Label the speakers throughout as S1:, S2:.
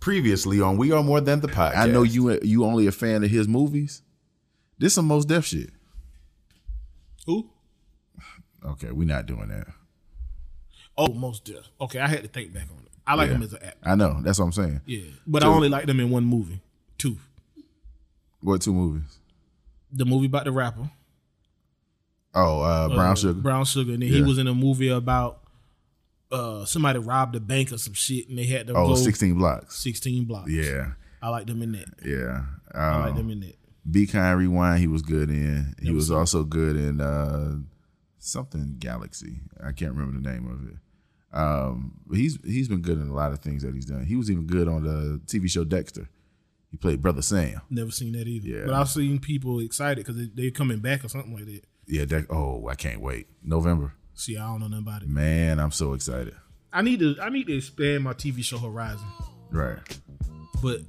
S1: previously on We Are More Than the Podcast.
S2: I know you you only a fan of his movies. This some most deaf shit.
S3: Who?
S2: Okay, we're not doing that.
S3: Oh, most deaf. Okay, I had to think back on it. I like him as an actor.
S2: I know. That's what I'm saying.
S3: Yeah, but I only like them in one movie. Two.
S2: What two movies?
S3: The movie about the rapper,
S2: Oh, uh, Brown
S3: uh,
S2: Sugar.
S3: Brown Sugar, and then he
S2: Yeah.
S3: was in a movie about uh somebody robbed a bank or some shit, and they had to
S2: oh,
S3: go
S2: 16 blocks.
S3: 16 blocks.
S2: Yeah,
S3: I like them in that.
S2: yeah.
S3: I
S2: Um,
S3: like them in that.
S2: Be kind, rewind. He was good in. He was also good in uh, something Galaxy. I can't remember the name of it. Um, but he's he's been good in a lot of things that he's done. He was even good on the TV show Dexter. He played Brother Sam.
S3: Never seen that either.
S2: Yeah.
S3: But I've seen people excited because they, they coming back or something like that.
S2: Yeah. Dex- oh, I can't wait. November.
S3: See, I don't know nothing about it.
S2: Man, I'm so excited.
S3: I need to I need to expand my TV show horizon,
S2: Right.
S3: but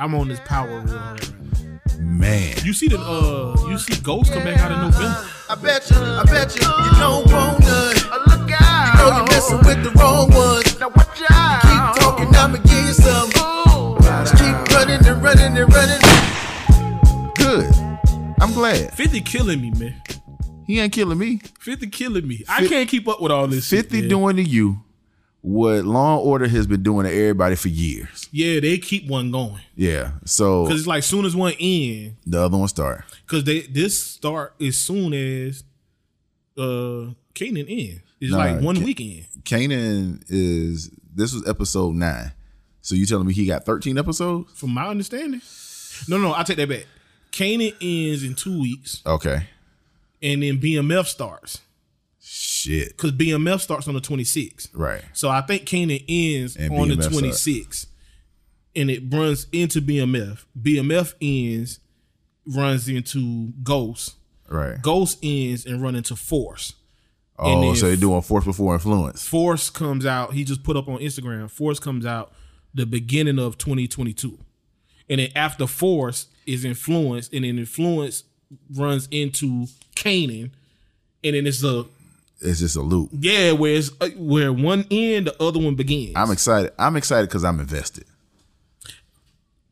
S3: I'm on this power real hard right now.
S2: Man.
S3: You see the uh, you see Ghost come back out in November.
S4: I bet you, I bet you, you don't want none. Look out. You know you're messing with the wrong ones. Now watch out. Keep talking, I'ma give you some. Just keep running and running and running.
S2: Good. I'm glad.
S3: Fifty killing me, man.
S2: He ain't killing me.
S3: Fifty killing me. I can't keep up with all this. shit,
S2: 50
S3: man.
S2: doing to you what Law and Order has been doing to everybody for years.
S3: Yeah, they keep one going
S2: Yeah. So
S3: because it's like soon as one end,
S2: the other one start.
S3: because they this start as soon as uh Canaan end. It's
S2: Nah,
S3: like one
S2: Ca-
S3: weekend.
S2: Kanan is this was episode nine. So you telling me he got 13 episodes?
S3: From my understanding, no, no, I take that back. Canaan ends in two weeks,
S2: Okay.
S3: and then BMF starts
S2: Shit.
S3: because BMF starts on the 26th.
S2: Right.
S3: So I think Canaan ends
S2: And
S3: on the
S2: BMF
S3: 26th, and it runs into BMF. BMF ends, runs into Ghost.
S2: Right.
S3: Ghost ends and run into Force. and
S2: oh,
S3: then
S2: so they're
S3: f-
S2: doing force before influence.
S3: Force comes out. He just put up on Instagram. Force comes out the beginning of 2022, and then after Force is Influence, and then Influence runs into Canaan, and then it's the
S2: It's just a loop.
S3: yeah where it's uh, where one end the other one begins.
S2: I'm excited. I'm excited because I'm invested.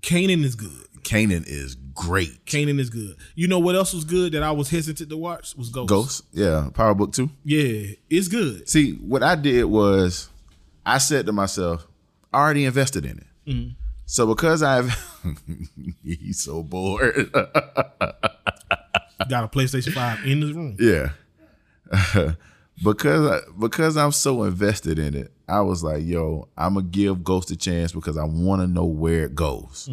S3: Canaan is good.
S2: Kanan is great.
S3: Kanan is good. You know what else was good that I was hesitant to watch was Ghost.
S2: Ghost. Yeah. Power Book 2.
S3: Yeah, it's good.
S2: See, what I did was I said to myself, I already invested in it. So because I've he's so bored.
S3: Got a PlayStation Five in this room.
S2: yeah. because I, because I'm so invested in it, I was like, yo, I'm gonna give Ghost a chance because I want to know where it goes.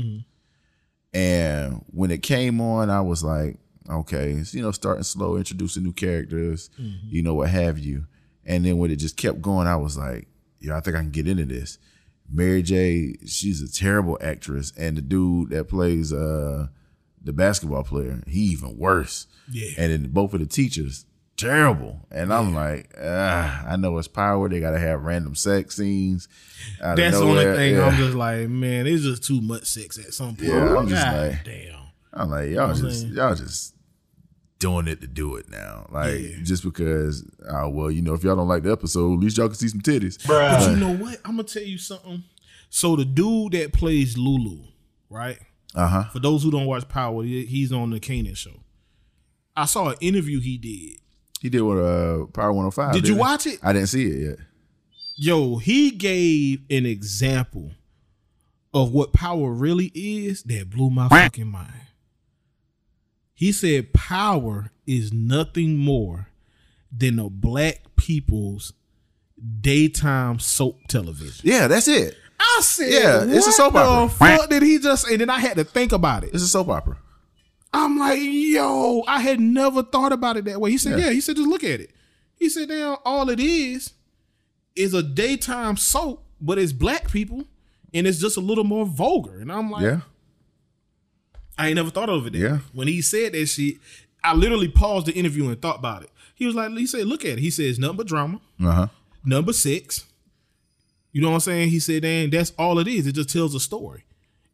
S2: And when it came on, I was like, okay, it's, you know, starting slow, introducing new characters,
S3: Mm-hmm.
S2: you know, what have you. And then when it just kept going, I was like, yo, I think I can get into this. Mary J, she's a terrible actress, and the dude that plays uh the basketball player, he even worse.
S3: Yeah.
S2: And then both of the teachers, terrible. And I'm like, ah, I know it's power. They gotta have random sex scenes. out of
S3: That's the only
S2: nowhere.
S3: thing
S2: Yeah.
S3: I'm just like, man, it's just too much sex at some point.
S2: Yeah, I'm just
S3: God
S2: like-
S3: damn.
S2: I'm like, y'all
S3: I'm
S2: just
S3: saying.
S2: y'all just doing it to do it now. Like
S3: Yeah.
S2: just because oh well, you know, if y'all don't like the episode, at least y'all can see some titties.
S3: But you know what? I'm gonna tell you something. So the dude that plays Lulu, right?
S2: Uh-huh.
S3: For those who don't watch Power, he- he's on the Kanan show. I saw an interview he did.
S2: He did with uh Power 105.
S3: Did you
S2: didn't he?
S3: watch it?
S2: I didn't see it yet.
S3: Yo, he gave an example of what power really is that blew my fucking mind. He said power is nothing more than a black people's daytime soap television.
S2: Yeah, that's it.
S3: I said,
S2: Yeah, it's a
S3: what
S2: soap
S3: the
S2: opera."
S3: fuck did he just say? And then I had to think about it.
S2: It's a soap opera.
S3: I'm like, yo, I had never thought about it that way. He said,
S2: Yeah.
S3: yeah. He said, just look at it. He said, now all it is is a daytime soap, but it's black people, and it's just a little more vulgar. And I'm like,
S2: Yeah.
S3: I ain't never thought of it. That.
S2: Yeah.
S3: When he said that shit, I literally paused the interview and thought about it. He was like, he said, look at it. He says, nothing but drama.
S2: Uh-huh.
S3: Number six. You know what I'm saying? He said, "Damn, that's all it is. It just tells a story."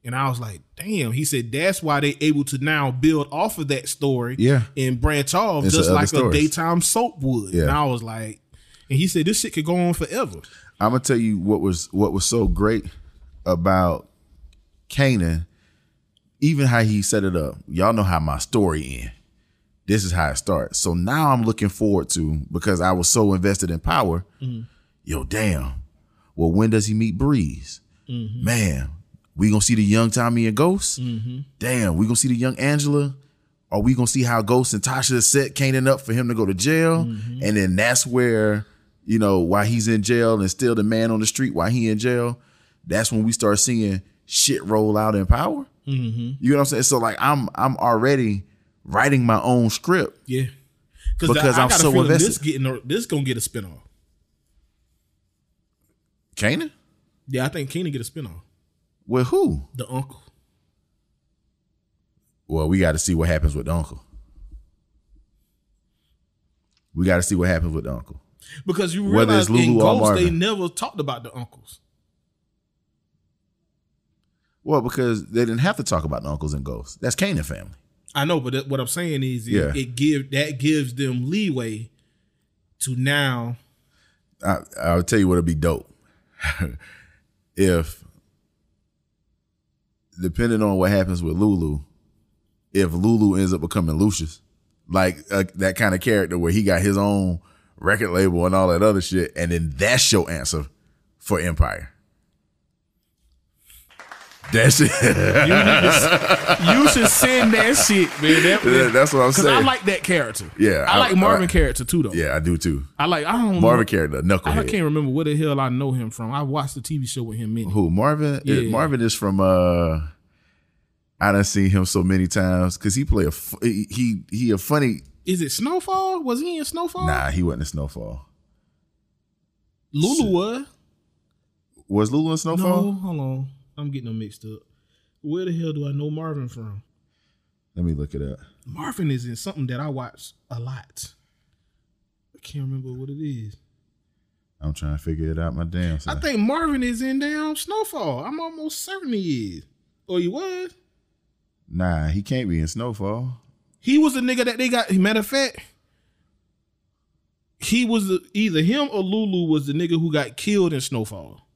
S3: And I was like, "Damn." He said, "That's why they able to now build off of that story,
S2: Yeah.
S3: and branch off
S2: Into
S3: just
S2: other
S3: like
S2: stories.
S3: a daytime soap would."
S2: Yeah.
S3: And I was like, and he said, "This shit could go on forever."
S2: I'm gonna tell you what was what was so great about Canaan, even how he set it up, y'all know how my story end. This is how it starts. So now I'm looking forward to because I was so invested in power. Yo, damn. Well, when does he meet Breeze? Man, we gonna see the young Tommy and Ghost. Damn, we gonna see the young Angela. Are we gonna see how Ghost and Tasha set Kanan up for him to go to jail? And then that's where, you know, while he's in jail and still the man on the street while he in jail, that's when we start seeing shit roll out in power. You know what I'm saying? So like I'm I'm already writing my own script.
S3: Yeah.
S2: Because I'm so invested.
S3: This getting a- this gonna get a spinoff.
S2: Kanan?
S3: Yeah, I think Keenan get a spinoff.
S2: With who?
S3: The uncle.
S2: Well, we gotta see what happens with the uncle. We gotta see what happens with the uncle.
S3: Because you
S2: Whether it's
S3: realize in
S2: Lulu or
S3: Ghost they
S2: Marvin.
S3: never talked about the uncles.
S2: Well, because they didn't have to talk about the uncles and ghosts. That's Kanan family.
S3: I know, but that, what I'm saying is, it,
S2: Yeah.
S3: it give that gives them leeway to now.
S2: I, I'll tell you what would be dope. if, depending on what happens with Lulu, if Lulu ends up becoming Lucius, like uh, that kind of character where he got his own record label and all that other shit, and then that's your answer for Empire. That shit.
S3: You, should, you should send that shit, man. That-
S2: that's what I'm
S3: Cause I
S2: saying.
S3: like that character.
S2: Yeah,
S3: I,
S2: I-
S3: like Marvin
S2: I-
S3: character too, though.
S2: yeah, I do too.
S3: I like. I don't.
S2: Marvin character,
S3: know, I
S2: knucklehead.
S3: can't remember where the hell I know him from. I watched the TV show with him in. it.
S2: Who Marvin?
S3: Yeah.
S2: eh, Marvin is from. uh I done seen him so many times because he play a fu- he, he he a funny.
S3: Is it Snowfall? Was he in Snowfall?
S2: Nah, he wasn't in Snowfall.
S3: Lulu was.
S2: Was Lulu in
S3: No,
S2: Snowfall?
S3: hold on. I'm getting them mixed up. Where the hell do I know Marvin from?
S2: Let me look it up.
S3: Marvin is in something that I watch a lot. I can't remember what it is.
S2: I'm trying to figure it out. My damn. Son.
S3: I think Marvin is in damn Snowfall. I'm almost certain he is. Or he was.
S2: nah, he can't be in Snowfall.
S3: He was the nigga that they got. Matter of fact, he was the, either him or Lulu was the nigga who got killed in Snowfall.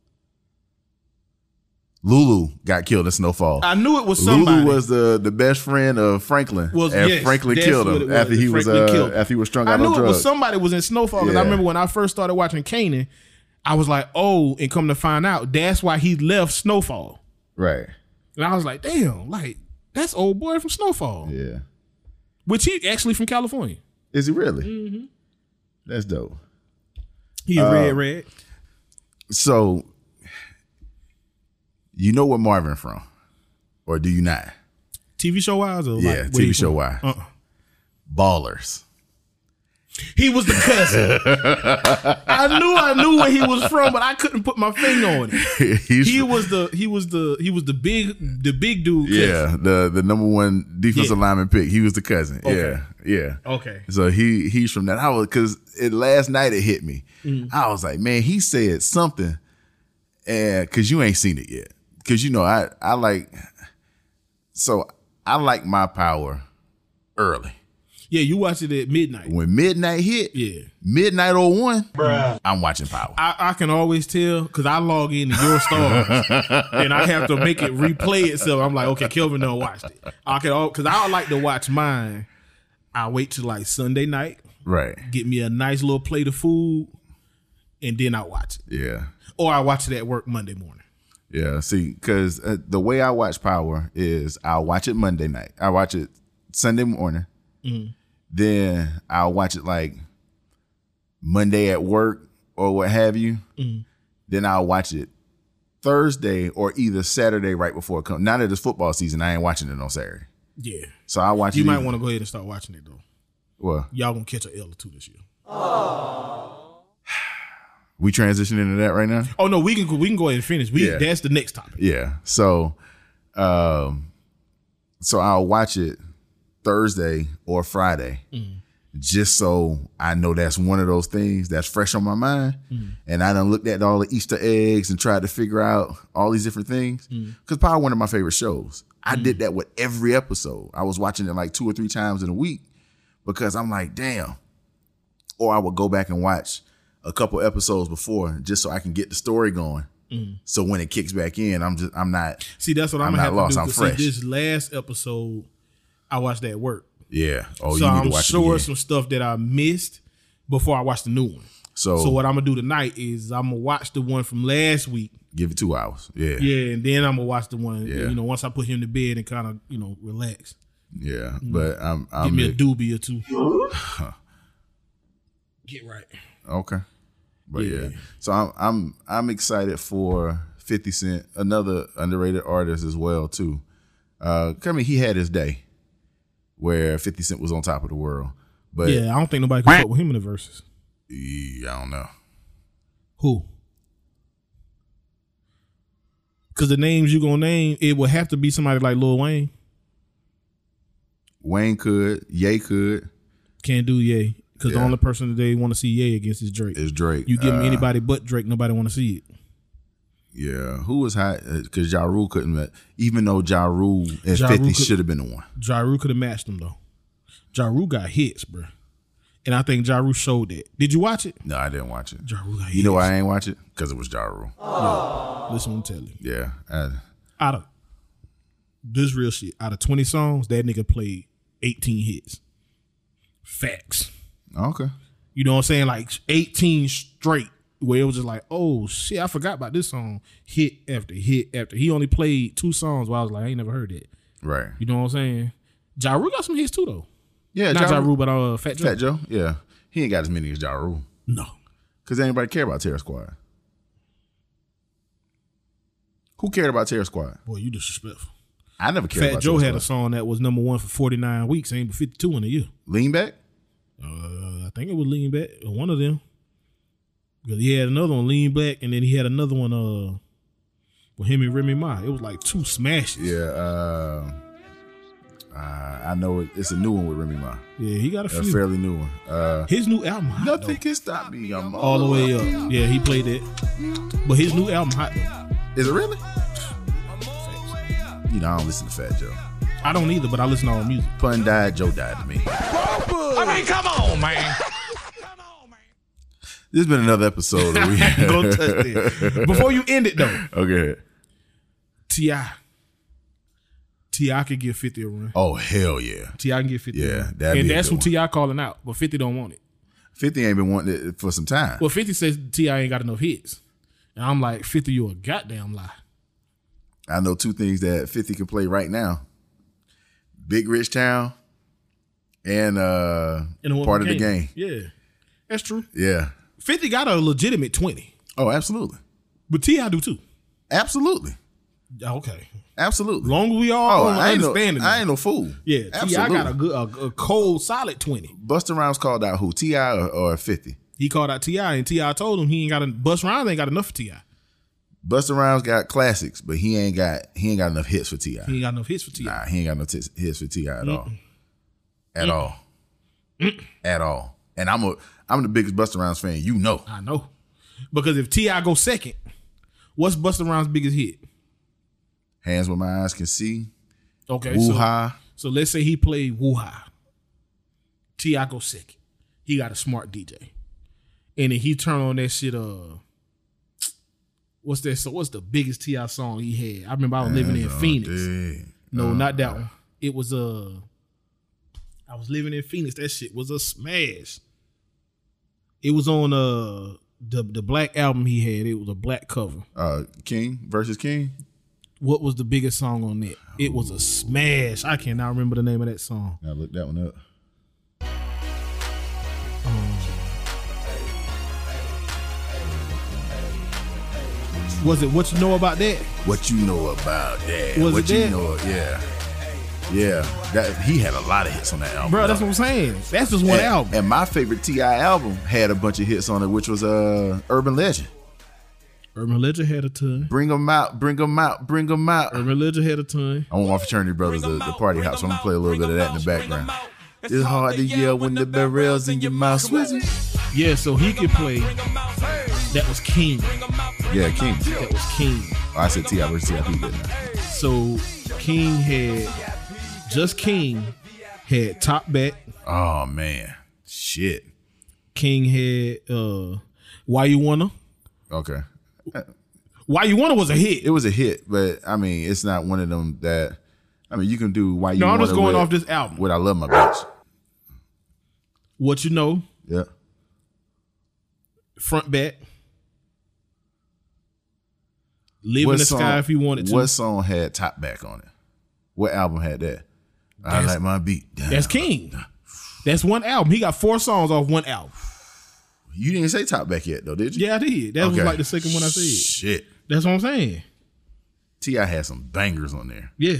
S2: Lulu got killed in Snowfall.
S3: I knew it was somebody.
S2: Lulu was the, the best friend of Franklin.
S3: Was-
S2: and
S3: yes,
S2: Franklin
S3: that's
S2: killed
S3: what it
S2: him
S3: was,
S2: after he
S3: that
S2: was
S3: Franklin killed
S2: uh,
S3: him.
S2: after he was strung
S3: I
S2: out
S3: knew
S2: on
S3: it was
S2: drugs.
S3: somebody was in Snowfall because
S2: Yeah.
S3: I remember when I first started watching Kanan, I was like, oh, and come to find out, that's why he left Snowfall.
S2: right.
S3: And I was like, damn, like that's old boy from Snowfall,
S2: Yeah.
S3: which he actually from California.
S2: Is he really?
S3: Mm-hmm.
S2: That's dope.
S3: He
S2: Uh,
S3: a red red.
S2: So, you know where Marvin from, or do you not?
S3: TV show wise, or
S2: Yeah,
S3: like,
S2: TV show wise.
S3: Uh-uh.
S2: Ballers.
S3: He was the cousin. I knew I knew where he was from, but I couldn't put my finger on it.
S2: He's
S3: He
S2: from-
S3: was the he was the he was the big the big dude. cousin.
S2: yeah, the the number one defensive
S3: Yeah.
S2: lineman pick. He was the cousin.
S3: Okay.
S2: Yeah, yeah.
S3: Okay.
S2: So he he's from that. I was because it last night it hit me.
S3: Mm.
S2: I was like, man, he said something, and because you ain't seen it yet, because you know I I like, so I like my power early
S3: Yeah, you watched it at midnight.
S2: when midnight hit.
S3: Yeah.
S2: Midnight 01, I'm watching Power.
S3: I, I can always tell because I log in to your stars and I have to make it replay itself. I'm like, okay, Kelvin done watched it. I can all because I like to watch mine. I wait till like Sunday night,
S2: right.
S3: get me a nice little plate of food, and then I watch it.
S2: Yeah.
S3: Or I watch it at work Monday morning.
S2: Yeah. See, because uh, the way I watch Power is I'll watch it Monday night. I watch it Sunday morning.
S3: Mm.
S2: Then I'll watch it like Monday at work or what have you.
S3: Mm.
S2: Then I'll watch it Thursday or either Saturday right before it comes. Now that it's football season, I ain't watching it on Saturday.
S3: Yeah.
S2: So I watch
S3: You
S2: it
S3: might
S2: either-
S3: want to go ahead and start watching it though.
S2: Well,
S3: Y'all gonna catch a L or two this year.
S2: we transitioning into that right now.
S3: Oh no, we can we can go ahead and finish. We
S2: Yeah.
S3: that's the next topic.
S2: Yeah. So, um, so I'll watch it Thursday or Friday, just so I know that's one of those things that's fresh on my mind, and I done looked at all the Easter eggs and tried to figure out all these different things. Because probably one of my favorite shows. I did that with every episode. I was watching it like two or three times in a week because I'm like, damn. Or I would go back and watch a couple episodes before just so I can get the story going So when it kicks back in, I'm just I'm not.
S3: See, that's what I'm,
S2: I'm
S3: gonna
S2: not
S3: have
S2: lost,
S3: to do.
S2: I'm
S3: 'cause
S2: fresh.
S3: See, this last episode, I watched that work,
S2: Yeah. Oh,
S3: so
S2: you need
S3: I'm
S2: to watch
S3: sure
S2: it again.
S3: some stuff that I missed before I watched the new one.
S2: So,
S3: So what I'm gonna do tonight is I'm gonna watch the one from last week.
S2: give it two hours. Yeah. Yeah.
S3: Yeah, and then I'm gonna watch the one.
S2: Yeah.
S3: You know, once I put him to bed and kind of you know relax,
S2: But I'm
S3: give
S2: I'm e
S3: me a doobie or two. Get right.
S2: Okay. But yeah.
S3: Yeah.
S2: So I'm I'm I'm excited for 50 Cent, another underrated artist as well too. Uh I mean he had his day where 50 Cent was on top of the world. But yeah.
S3: Yeah, I don't think nobody can fuck with him in the verses.
S2: I don't know.
S3: Who? Because the names you gonna name, it would have to be somebody like Lil Wayne.
S2: Wayne could, Ye could,
S3: Can't do Ye because the
S2: Yeah.
S3: only person that they want to see Ye against is Drake.
S2: is Drake.
S3: you give
S2: Uh,
S3: me anybody but Drake, nobody want to see it.
S2: Yeah. Who was hot because Ja Rule couldn't let- even though Ja Rule at
S3: Ja Rule
S2: 50
S3: could-
S2: should have been the one.
S3: Jaru could have matched him though. Jaru got hits, bro, and I think Jaru showed that. Did you watch it?
S2: No, I didn't watch it.
S3: Jaru got hits.
S2: You know why I ain't watch it? Because it was Ja Rule.
S3: Listen, I'm telling you,
S2: Yeah. I-
S3: out of this real shit, out of twenty songs, that nigga played eighteen hits. Facts.
S2: okay.
S3: You know what I'm saying? Like 18 straight, where it was just like, oh shit, I forgot about this song. Hit after hit after. He only played two songs where I was like, I ain't never heard that.
S2: Right.
S3: You know what I'm saying? Ja Rule got some hits too though.
S2: Yeah,
S3: Not Ja
S2: Ja Rule.
S3: Rule, but uh, Fat Joe.
S2: Fat Joe, yeah. He ain't got as many as Ja Rule.
S3: No.
S2: Because anybody care about Terror Squad? Who cared about Terror Squad?
S3: Boy, you disrespectful.
S2: I never cared
S3: Fat
S2: about
S3: Joe
S2: Terror
S3: had a
S2: Squad.
S3: song that was number one for 49 weeks, ain't but 52 in a year.
S2: Lean Back?
S3: Uh, I think it was Lean Back, or one of them. Because he had another one, Lean Back, and then he had another one uh, with him and Remy Ma. It was like two smashes.
S2: Yeah. Uh, uh, I know it, it's a new one with Remy Ma.
S3: Yeah, he got a
S2: A
S3: few.
S2: fairly new one. Uh,
S3: His new album, hot, though.
S2: Nothing can stop me. I'm all,
S3: all the way up. Yeah, he played that. But his new album, hot. though.
S2: Is it really? You know, I don't listen to Fat Joe.
S3: I don't either, but I listen to all music.
S2: Pun died, Joe died to me.
S5: I mean, come on, man.
S2: This has been another episode. That we
S3: Go touch that. Before you end it though,
S2: Okay.
S3: Ti. Ti could get fifty a run.
S2: Oh, hell yeah.
S3: Ti can get fifty. a
S2: Yeah,
S3: run.
S2: that'd
S3: and
S2: be a
S3: that's
S2: good
S3: who Ti calling out, but fifty don't want it.
S2: 50 ain't been wanting it for some time.
S3: Well, fifty says Ti ain't got enough hits, and I'm like, fifty, you a goddamn lie.
S2: I know two things that 50 can play right now. Big Rich Town and uh
S3: And the one
S2: part
S3: who
S2: of the
S3: came.
S2: game.
S3: Yeah, that's true.
S2: Yeah.
S3: Fifty got a legitimate twenty,
S2: Oh, absolutely.
S3: but Ti do too.
S2: Absolutely.
S3: Okay,
S2: Absolutely.
S3: long as we all
S2: oh, I ain't, no,
S3: understanding.
S2: I ain't no fool.
S3: Yeah, Ti
S2: absolutely.
S3: got a good, a, a cold, solid twenty.
S2: Busta Rhymes called out who? Ti or, or Fifty?
S3: He called out Ti, and Ti told him he ain't got a Bus Rhymes ain't got enough for Ti.
S2: Busta Rhymes got classics, but he ain't got he ain't got enough hits for Ti.
S3: He ain't got enough hits for Ti.
S2: Nah, he ain't got no tis hits for Ti at all, at all, at all. And I'm a I'm the biggest Busta Rhymes fan. You know,
S3: I know, because if Ti go second, what's Busta Rhymes' biggest hit?
S2: hands where my eyes can see.
S3: Okay,
S2: Woo
S3: so,
S2: ha.
S3: so let's say he played Wuha. Ti go second. He got a smart DJ, and then he turn on that shit. Uh, what's that? So what's the biggest Ti song he had? I remember I was living in Phoenix. No, not that one. It was uh I was living in Phoenix. That shit was a smash. It was on uh the the black album he had. It was a black cover.
S2: Uh, King versus King.
S3: What was the biggest song on that? It was a smash. I cannot remember the name of that song.
S2: Now look that one up.
S3: Was it what you know about that?
S2: What you know about that?
S3: Was
S2: what
S3: it
S2: you
S3: that?
S2: know? Yeah, yeah. That he had a lot of hits on that album,
S3: Bro, that's what I'm saying. That's just one
S2: and,
S3: album.
S2: And my favorite Ti album had a bunch of hits on it, which was uh Urban Legend.
S3: Urban Legend had a ton.
S2: Bring 'em out, bring 'em out, bring 'em out.
S3: Urban Legend had a ton.
S2: I want my fraternity brothers to, to party hop, so I'm gonna play a little bit of that in the background. It's hard to yell when the barrel's in your mouth. Swizzy.
S3: Yeah, so he could play. That was King.
S2: Yeah, King.
S3: That was King.
S2: Oh, I said Ti versus Tip, didn't I?
S3: So King had just King had top back.
S2: Oh man, shit.
S3: King had uh why you wanna
S2: Okay,
S3: Why you want it was a hit.
S2: It was a hit, but I mean, it's not one of them that. I mean, you can do why you.
S3: No, I'm
S2: Want
S3: just
S2: It
S3: going
S2: with-
S3: off this album.
S2: With I love my bitch.
S3: What you know,
S2: Yeah.
S3: front back. Live in the sky if you wanted to.
S2: What song had top back on it? What album had that? I like my beat. down.
S3: That's King. That's one album. He got four songs off one album.
S2: you didn't say top back yet though, did you?
S3: Yeah, I did. That was
S2: Okay.
S3: like the second one I said.
S2: Shit.
S3: That's what I'm saying.
S2: Ti had some bangers on there.
S3: Yeah,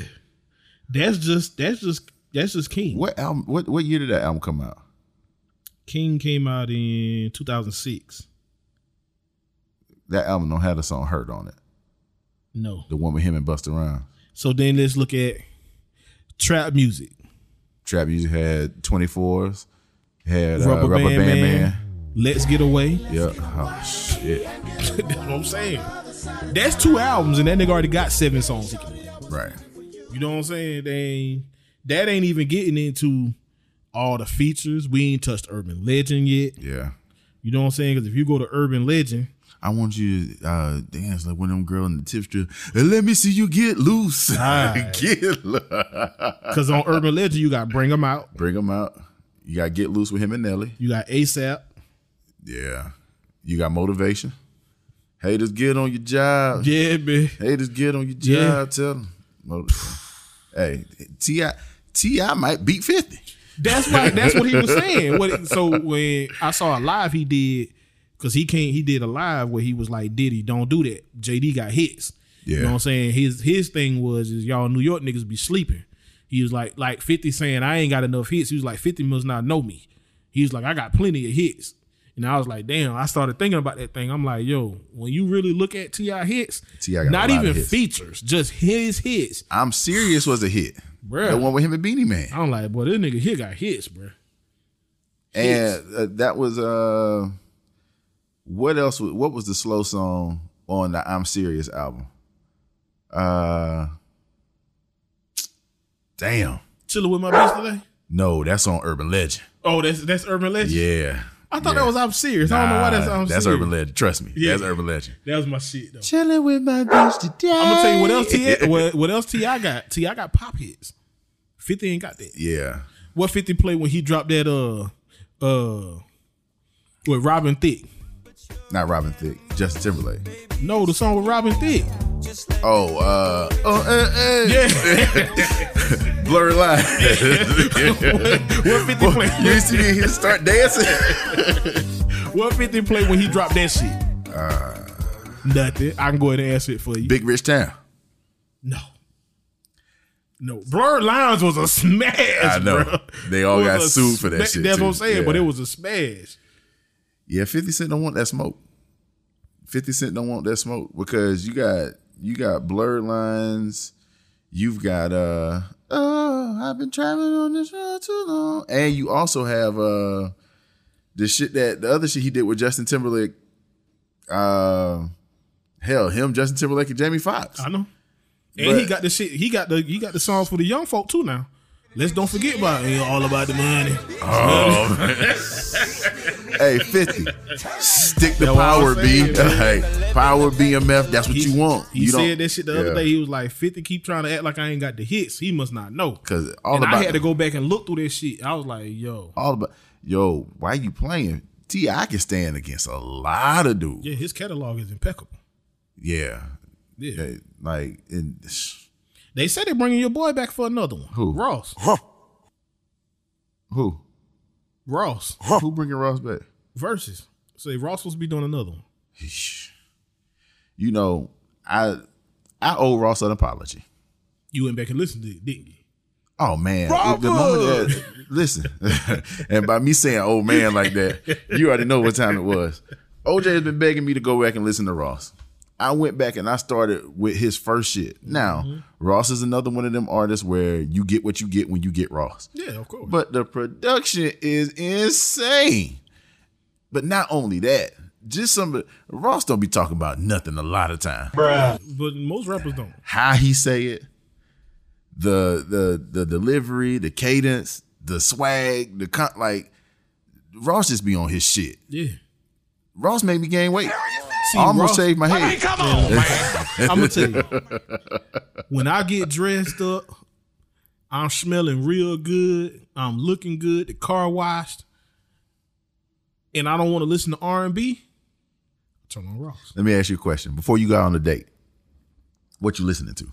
S3: that's just that's just that's just King.
S2: What album? What what year did that album come out?
S3: King came out in 2006.
S2: That album don't have the song "Hurt" on it.
S3: No.
S2: The one with him and Busta Rhymes.
S3: So then let's look at trap music.
S2: Trap music had 24s. Had uh,
S3: Rubber
S2: Rubber,
S3: Band
S2: Band,
S3: Man.
S2: Man.
S3: Let's get away.
S2: Yeah. Oh shit.
S3: that's what I'm saying. That's two albums, and that nigga already got seven songs. He can play.
S2: Right.
S3: You know what I'm saying? They ain't, that ain't even getting into all the features. We ain't touched Urban Legend yet.
S2: Yeah.
S3: You know what I'm saying? Because if you go to Urban Legend,
S2: I want you to uh, dance like one of them girl in the tip strip. And let me see you get loose. get loose.
S3: because on Urban Legend you got Bring 'Em Out,
S2: Bring him out. You got get loose with him and Nelly.
S3: you got ASAP,
S2: Yeah. You got motivation. Haters get on your job.
S3: yeah, man.
S2: Haters get on your job.
S3: Yeah.
S2: Tell them. hey, Ti Ti might beat fifty.
S3: That's right. That's what he was saying. What, so when I saw a live he did, because he can't. He did a live where he was like, "Diddy, don't do that." JD got hits. You
S2: Yeah.
S3: know what I'm saying? His his thing was is y'all New York niggas be sleeping. He was like like 50 saying I ain't got enough hits. He was like 50 must not know me. He was like I got plenty of hits. And I was like, damn, I started thinking about that thing. I'm like, yo, when you really look at T.I. hits,
S2: T.I. got a
S3: not
S2: lot of
S3: even
S2: hits.
S3: features, just his hits.
S2: I'm serious was a hit.
S3: Bruh.
S2: The one with him and Beanie Man.
S3: I'm like, boy, this nigga here got hits, bruh.
S2: And uh, that was uh what else was, what was the slow song on the I'm Serious album? Uh Damn.
S3: Chilling with my bitch today.
S2: No, that's on Urban Legend.
S3: Oh, that's that's Urban Legend.
S2: Yeah. Uh,
S3: I thought that was I'm serious. I don't know why that's I'm
S2: that's
S3: serious.
S2: Urban Legend. Trust me.
S3: Yeah.
S2: That's Urban Legend.
S3: That was my shit though.
S2: Chilling with my bitch today.
S3: I'm gonna tell you what else T what, what else Ti got. Ti got pop hits. Fifty ain't got that.
S2: Yeah.
S3: What Fifty played when he dropped that uh uh with Robin Thicke?
S2: Not Robin Thicke. Justin Timberlake.
S3: No, the song with Robin Thicke.
S2: Oh, uh, oh, uh, uh,
S3: Yeah,
S2: blurry line.
S3: what Fifty played?
S2: you used to be here start dancing.
S3: What Fifty played when he dropped that shit?
S2: Uh.
S3: Nothing. I can go ahead and answer it for you.
S2: Big Rich Town.
S3: no. No, Blurred Lines was a smash.
S2: I know.
S3: bruh.
S2: They all
S3: It
S2: Oh, got
S3: was a
S2: sued for that
S3: sma-
S2: shit,
S3: That's what I'm
S2: too.
S3: saying, but
S2: Yeah.
S3: it was a smash.
S2: Yeah, 50 Cent don't want that smoke. 50 Cent don't want that smoke because you got you got blurred lines. You've got uh oh, I've been traveling on this road too long. And you also have uh the shit that the other shit he did with Justin Timberlake. Uh hell, him, Justin Timberlake and Jamie Foxx.
S3: I know. And he
S2: But-
S3: got the shit. He got the he got the songs for the young folk too now. Let's don't forget about it. Ain't all about the money.
S2: Hey, 50. Stick to
S3: what I'm
S2: power, B.
S3: saying,
S2: Hey, power BMF, that's what
S3: He-
S2: you want.
S3: He
S2: you
S3: said that shit the other
S2: yeah.
S3: day. He was like, "50 keep trying to act like I ain't got the hits. He must not know."
S2: 'Cause all
S3: and I
S2: about
S3: had to
S2: the-
S3: go back and look through that shit. I was like, "Yo,
S2: all about yo, why you playing? T I can stand against a lot of dudes. Yeah.
S3: yeah, his catalog is impeccable." Yeah.
S2: Hey, Like in
S3: They said they're bringing your boy back for another one.
S2: Who?
S3: Ross.
S2: who?
S3: Ross
S2: Who bringing Ross back?
S3: versus. Say Ross was be doing another one.
S2: You know, I I owe Ross an apology.
S3: You went back and listened to it, didn't you?
S2: Oh man, the moment that listen, and by me saying old man like that, you already know what time it was. OJ has been begging me to go back and listen to Ross. I went back and I started with his first shit. Now, Ross is another one of them artists where you get what you get when you get Ross.
S3: Yeah, of course.
S2: But the production is insane. But not only that, just some Ross don't be talking about nothing a lot of time.
S3: but most rappers don't.
S2: How he say it, the the the delivery, the cadence, the swag, the con- like Ross just be on his shit.
S3: Yeah.
S2: Ross made me gain weight.
S3: see,
S2: almost
S3: Raw-
S2: shaved my
S5: I mean,
S2: head.
S5: come on, man.
S3: I'm gonna tell you, when I get dressed up, I'm smelling real good. I'm looking good. The car washed, and I don't want to listen to R and B. Turn on Ross.
S2: Let me ask you a question before you got on the date. What you listening to?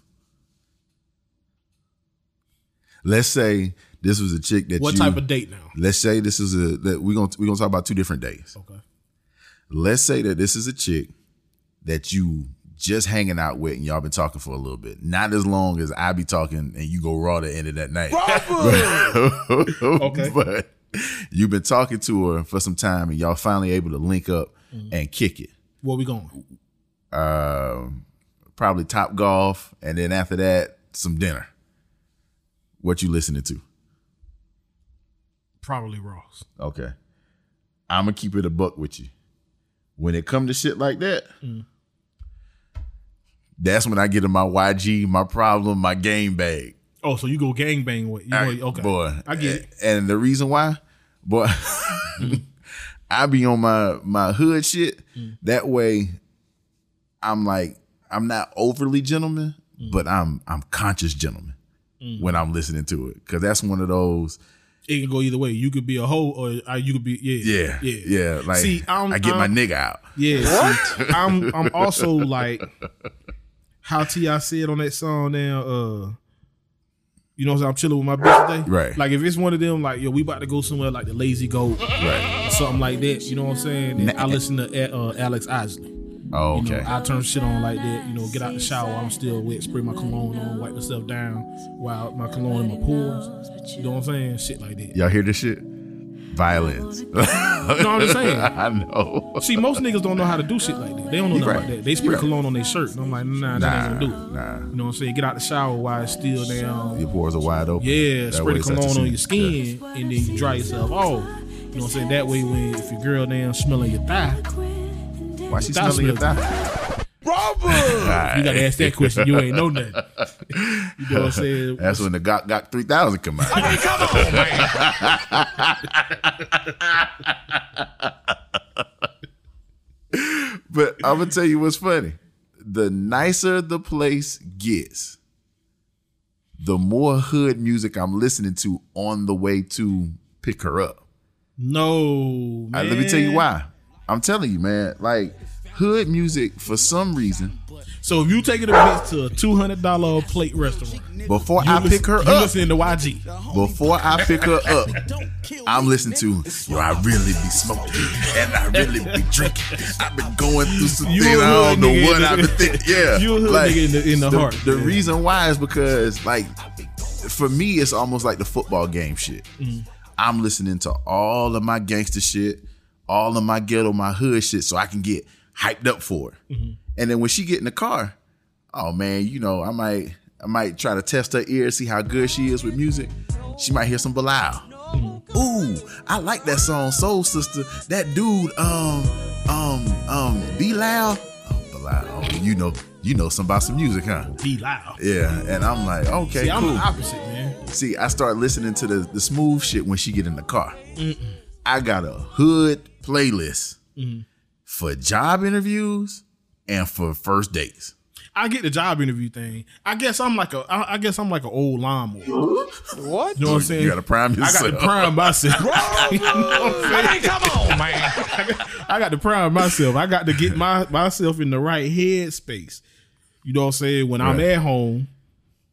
S2: Let's say this was a chick that
S3: What
S2: you,
S3: type of date now?
S2: Let's say this is a that we're gonna we're gonna talk about two different days.
S3: Okay.
S2: Let's say that this is a chick that you just hanging out with and y'all been talking for a little bit. Not as long as I be talking and you go raw the end of that night. okay. But you've been talking to her for some time and y'all finally able to link up and kick it.
S3: Where we going?
S2: Um, probably top golf and then after that some dinner. What you listening to?
S3: Probably Ross.
S2: Okay. I'm gonna keep it a buck with you. When it come to shit like that,
S3: Mm.
S2: that's when I get in my YG, my problem, my game bag.
S3: Oh, so you go gangbang with? You go, okay,
S2: Boy. eh.
S3: I get it. Mm.
S2: A- And the reason why, boy, I be on my my hood shit. That way I'm like, I'm not overly gentleman,
S3: Mm.
S2: but I'm I'm conscious gentleman when I'm listening to it. Cause that's one of those
S3: It can go either way. You could be a hoe, or uh, you could be yeah,
S2: Yeah. Yeah. Like
S3: See, I'm-
S2: I get my
S3: I'm-
S2: nigga out.
S3: Yeah, see, I'm I'm also like how Ti said on that song now. Uh, you know, what I'm saying? I'm chilling with my bitch today.
S2: Right.
S3: Like if it's one of them, like yo, we about to go somewhere like the Lazy Goat,
S2: Right.
S3: something like that. You know what I'm saying? And I listen to uh, Alex Isley.
S2: Oh,
S3: You
S2: okay.
S3: know, I turn shit on like that. You know, get out the shower. I'm still wet. Spray my cologne on, wipe myself down while my cologne in my pores. You know what I'm saying? Shit like that.
S2: Y'all hear this shit? Violence.
S3: You know what I'm saying?
S2: I know.
S3: See, most niggas don't know how to do shit like that. They don't know nothing
S2: right.
S3: about that. They spray
S2: You right.
S3: cologne on their shirt. And I'm like, nah, that ain't gonna do it.
S2: Nah, nah.
S3: You know what I'm saying? Get out the shower while it's still down.
S2: Your pores are wide open.
S3: Yeah,
S2: That
S3: spray
S2: way
S3: the
S2: it's not to
S3: cologne on
S2: see.
S3: your skin and then you dry yourself off. You know what I'm saying? That way, when if your girl down smelling your thigh,
S2: Yeah. Why she
S3: Thigh
S2: smelling your
S3: smell.
S2: thigh?
S3: you gotta ask that question. You ain't know nothing. you know what I'm saying?
S2: That's when the Gok Gok 3000 come out.
S5: I mean, come on, man.
S2: but I'm going to tell you what's funny. The nicer the place gets, the more hood music I'm listening to on the way to pick her up.
S3: No,
S2: I-
S3: man.
S2: let me tell you why. I'm telling you, man. Like, hood music, for some reason,
S3: So if you taking a bitch to a two hundred dollar plate restaurant,
S2: before I
S3: you
S2: pick her
S3: listen- you
S2: up,
S3: listening to YG.
S2: Before I pick her up, I'm listening to yo. I really be smoking and I really be drinking. I've been going through some
S3: You
S2: things. I
S3: a
S2: don't
S3: hood
S2: know
S3: nigga in
S2: what
S3: the-
S2: I've been thinking. Yeah,
S3: You a hood nigga in the- in the heart.
S2: The
S3: Yeah.
S2: reason why is because like for me, it's almost like the football game shit.
S3: Mm-hmm.
S2: I'm listening to all of my gangster shit, all of my ghetto, my hood shit, so I can get hyped up for it.
S3: Mm-hmm.
S2: And then when she get in the car, oh man, you know, I might I might try to test her ear, see how good she is with music. She might hear some Bilal. Ooh, I like that song, Soul Sister. That dude, um, um, um, B Loud. Oh, Bilal. Oh, you know, you know something about some music, huh?
S3: Be loud.
S2: Yeah. And I'm like, okay,
S3: See, I'm
S2: cool.
S3: the opposite, man.
S2: See, I start listening to the, the smooth shit when she get in the car. I got a hood playlist
S3: Mm-hmm.
S2: for job interviews and for first dates.
S3: I get the job interview thing. I guess I'm like a. I, I guess I'm like an old lawnmower. What? You know what I'm saying?
S2: You gotta prime
S3: I
S2: yourself.
S3: got to prime myself. You know what I'm
S5: I
S3: saying?
S5: mean, come on, man.
S3: I got to prime myself. I got to get my myself in the right head space. You know what I'm saying? When I'm
S2: Right.
S3: at home,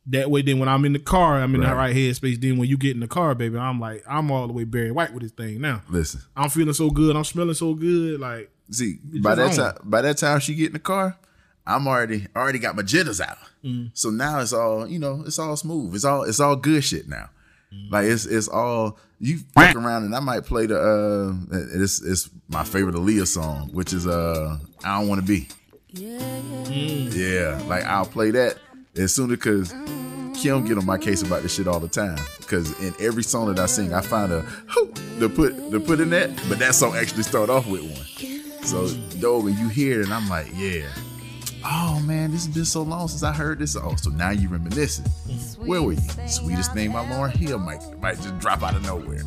S3: that way. Then when I'm in the car, I'm in the
S2: Right.
S3: right head space. Then when you get in the car, baby, I'm like I'm all the way Barry White with this thing now.
S2: Listen,
S3: I'm feeling so good. I'm smelling so good. Like
S2: see, by that
S3: just
S2: time, by that time she get in the car, I'm already already got my jitters out. So now it's all you know, it's all smooth. It's all it's all good shit now. Like it's it's all you fuck around and I might play the uh it's it's my favorite Aaliyah song, which is uh I don't want to be. Yeah, like I'll play that as soon as because Kim get on my case about this shit all the time. Because in every song that I sing, I find a hoop to put to put in that, but that song actually start off with one. So though when you hear it, and I'm like, yeah. Oh man, this has been so long since I heard this song. So now you reminiscing. Where were you? Sweetest thing by Lauren Hill might might just drop out of nowhere.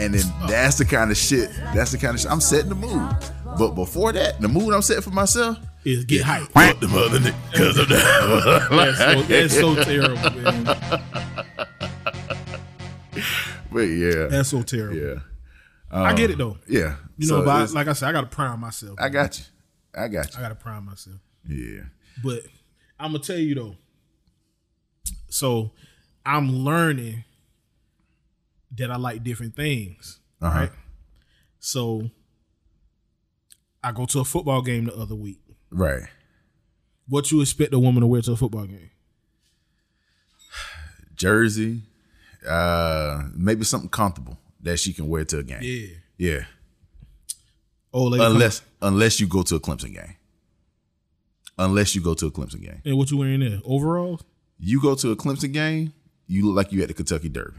S2: And then that's the kind of shit. That's the kind of shit. I'm setting the mood. But before that, the mood I'm setting for myself,
S3: Is get hyped.
S2: fuck the mother because of that.
S3: That's so, that's so terrible, man.
S2: But yeah,
S3: That's so terrible.
S2: yeah, Uh,
S3: I get it though.
S2: yeah.
S3: You
S2: So
S3: know, but I,
S2: it's-
S3: like I said, I gotta prime myself.
S2: I got you. I got
S3: I gotta prime myself.
S2: you. Yeah.
S3: But I'm gonna tell you though. So I'm learning that I like different things.
S2: Uh-huh.
S3: Right. So I go to a football game the other week.
S2: Right.
S3: What you expect a woman to wear to a football game?
S2: Jersey. Uh maybe something comfortable that she can wear to a game.
S3: Yeah.
S2: Yeah.
S3: Oh, lady. come-
S2: Unless unless you go to a Clemson game. Unless you go to a Clemson game.
S3: and what you wearing there? Overalls?
S2: You go to a Clemson game, you look like you at the Kentucky Derby.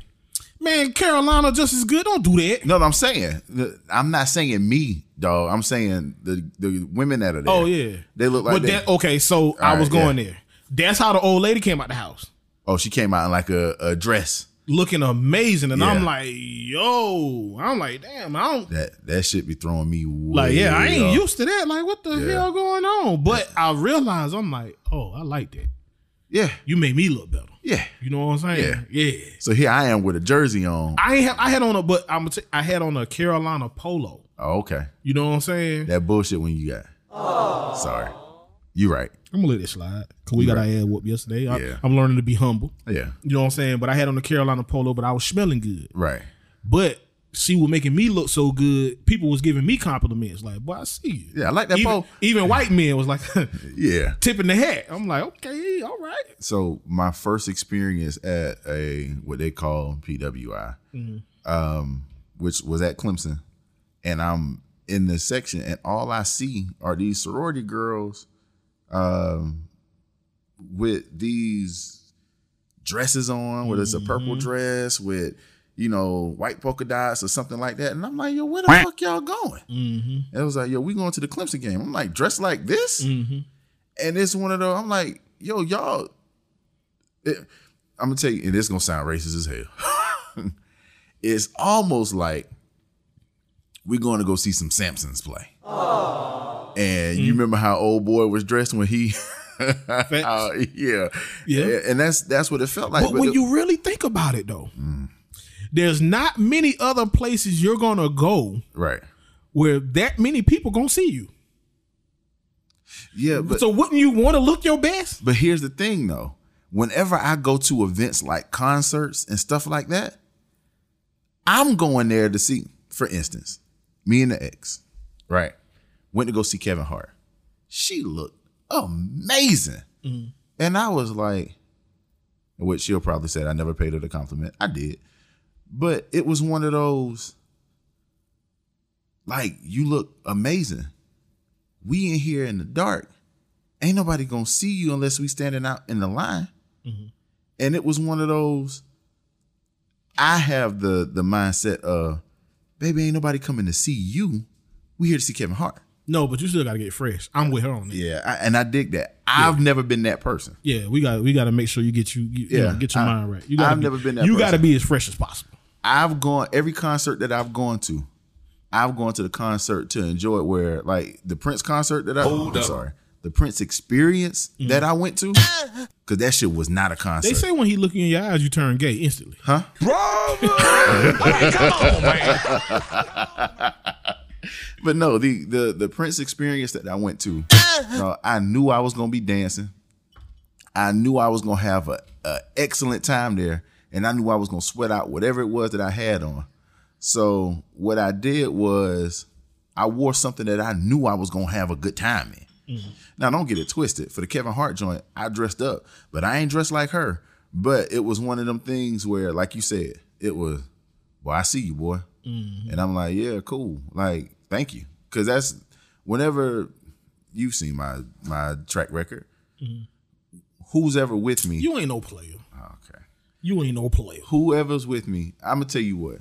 S3: Man, Carolina just as good. Don't do that.
S2: No, no, I'm saying the- I'm not saying me, dog. I'm saying the the women that are there.
S3: Oh yeah.
S2: They look like
S3: But
S2: they-
S3: that, okay, so I
S2: right,
S3: was going
S2: yeah.
S3: there. That's how the old lady came out the house.
S2: Oh, she came out in like a, a dress.
S3: Looking amazing. And I'm
S2: Yeah.
S3: like, yo. I'm like, damn, I don't
S2: That that shit be throwing me way
S3: like yeah, I ain't
S2: off.
S3: used to that. Like, what the hell going on? But I realized I'm like, oh, I like that.
S2: Yeah,
S3: You made me look better.
S2: yeah.
S3: You know what I'm saying? Yeah.
S2: So here I am with a jersey on.
S3: I ain't have, I had on a but I'm t- I had on a Carolina polo.
S2: Oh, okay.
S3: You know what I'm saying?
S2: That bullshit when you got. Sorry. You right.
S3: I'm gonna let it slide because we got our ass whooped yesterday. I,
S2: Yeah.
S3: I'm learning to be humble.
S2: Yeah.
S3: You know what I'm saying? But I had on the Carolina polo, but I was smelling good.
S2: Right.
S3: But she was making me look so good. People was giving me compliments. Like, boy, I see you.
S2: Yeah, I like that
S3: even,
S2: pole.
S3: even white men was like
S2: Yeah.
S3: tipping the hat. I'm like, okay, all right.
S2: So my first experience at a what they call PWI, um, which was at Clemson, and I'm in this section, and all I see are these sorority girls, um, with these dresses on, whether it's a purple dress with you know white polka dots or something like that, and I'm like, yo, where the fuck y'all going?
S3: Mm-hmm.
S2: And it was like, yo, we going to the Clemson game. I'm like, dressed like this?
S3: Mhm.
S2: And it's one of those, I'm like, yo, y'all. It, I'm going to tell you, and it's going to sound racist as hell. it's almost like we're going to go see some Samsons play.
S3: Oh.
S2: And
S3: Mm.
S2: you remember how old boy was dressed when he. How- Oh, yeah.
S3: Yeah.
S2: And that's that's what it felt like.
S3: But when
S2: it-
S3: you really think about it, though, there's not many other places you're gonna go
S2: Right.
S3: where that many people gonna see you.
S2: Yeah. But
S3: so wouldn't you want to look your best?
S2: But here's the thing though. Whenever I go to events like concerts and stuff like that, I'm going there to see, for instance, me and the ex, right? Went to go see Kevin Hart. She looked amazing. And I was like, which she'll probably said I never paid her the compliment. I did. But it was one of those, like, you look amazing. We in here in the dark ain't nobody gonna see you unless we standing out in the line. And it was one of those. I have the the mindset of, baby, ain't nobody coming to see you. We here to see Kevin Hart.
S3: No, but you still gotta get fresh. I'm with her on that. Yeah,
S2: Yeah, I, and I dig that. I've never been that person.
S3: we got we gotta make sure you get you, you- you
S2: Yeah,
S3: know, get your
S2: I-
S3: mind right. You gotta
S2: I've
S3: be-
S2: never been that
S3: You gotta
S2: person.
S3: be as fresh as possible.
S2: I've gone every concert that I've gone to. I've gone to the concert to enjoy it. Where like the Prince concert that I,
S5: Hold
S2: I'm
S5: up.
S2: sorry, the Prince experience that I went to, because that shit was not a concert.
S3: They say when he looking in your eyes, you turn gay instantly.
S2: But no, the the the Prince experience that I went to, uh, I knew I was gonna be dancing. I knew I was gonna have a, a excellent time there, and I knew I was gonna sweat out whatever it was that I had on. So what I did was I wore something that I knew I was gonna have a good time in. Now don't get it twisted. For the Kevin Hart joint, I dressed up, but I ain't dressed like her. But it was one of them things where, like you said, it was, well, I see you, boy. And I'm like, yeah, cool. Like, thank you. Cause that's whenever you've seen my my track record, who's ever with me. Oh,
S3: You ain't no player.
S2: okay.
S3: You ain't no player.
S2: Whoever's with me, I'ma tell you what.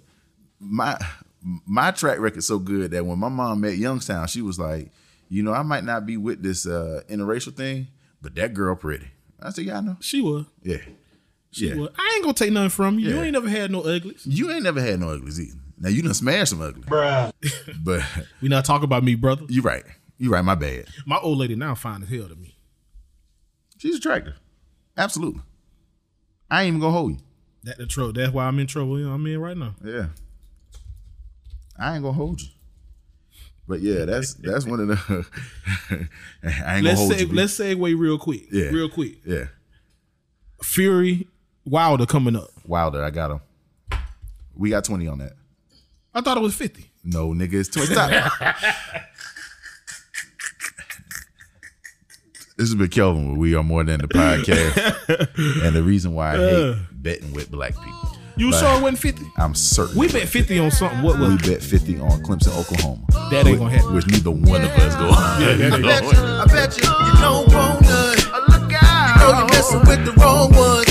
S2: My my track record's so good that when my mom met Youngstown, she was like, you know, I might not be with this uh interracial thing, but that girl pretty. I said, Yeah, I know.
S3: She was.
S2: Yeah.
S3: She
S2: yeah.
S3: was. I ain't gonna take nothing from you. You
S2: Yeah.
S3: ain't never had no uglies.
S2: You ain't never had no uglies either. Now you done smashed some ugly. But
S3: We not talking about me, brother.
S2: you're right. You're right. My bad.
S3: My old lady now fine as hell to me.
S2: She's attractive. Absolutely. I ain't even gonna hold you.
S3: That the trouble. That's why I'm in trouble. You know, I'm in right now.
S2: Yeah. I ain't gonna hold you. But yeah, that's that's one of the I ain't gonna
S3: Let's
S2: hold
S3: seg-
S2: you. B.
S3: let's segue real quick.
S2: Yeah.
S3: Real quick.
S2: yeah.
S3: Fury Wilder coming up.
S2: Wilder, I got him. We got 20 on that.
S3: I thought it was fifty.
S2: No, nigga, it's 20. Stop. this has been Kelvin where we are more than the podcast. and the reason why I hate betting with black people.
S3: You
S2: Right.
S3: sure it wasn't fifty?
S2: I'm certain
S3: We bet fifty on something. What
S2: we
S3: was
S2: bet 50 on Clemson, Oklahoma.
S3: that? Ain't gonna happen.
S2: Which neither one of us go on.
S4: I bet you, I bet you, you don't want none. I look out. You know you're messing with the wrong one.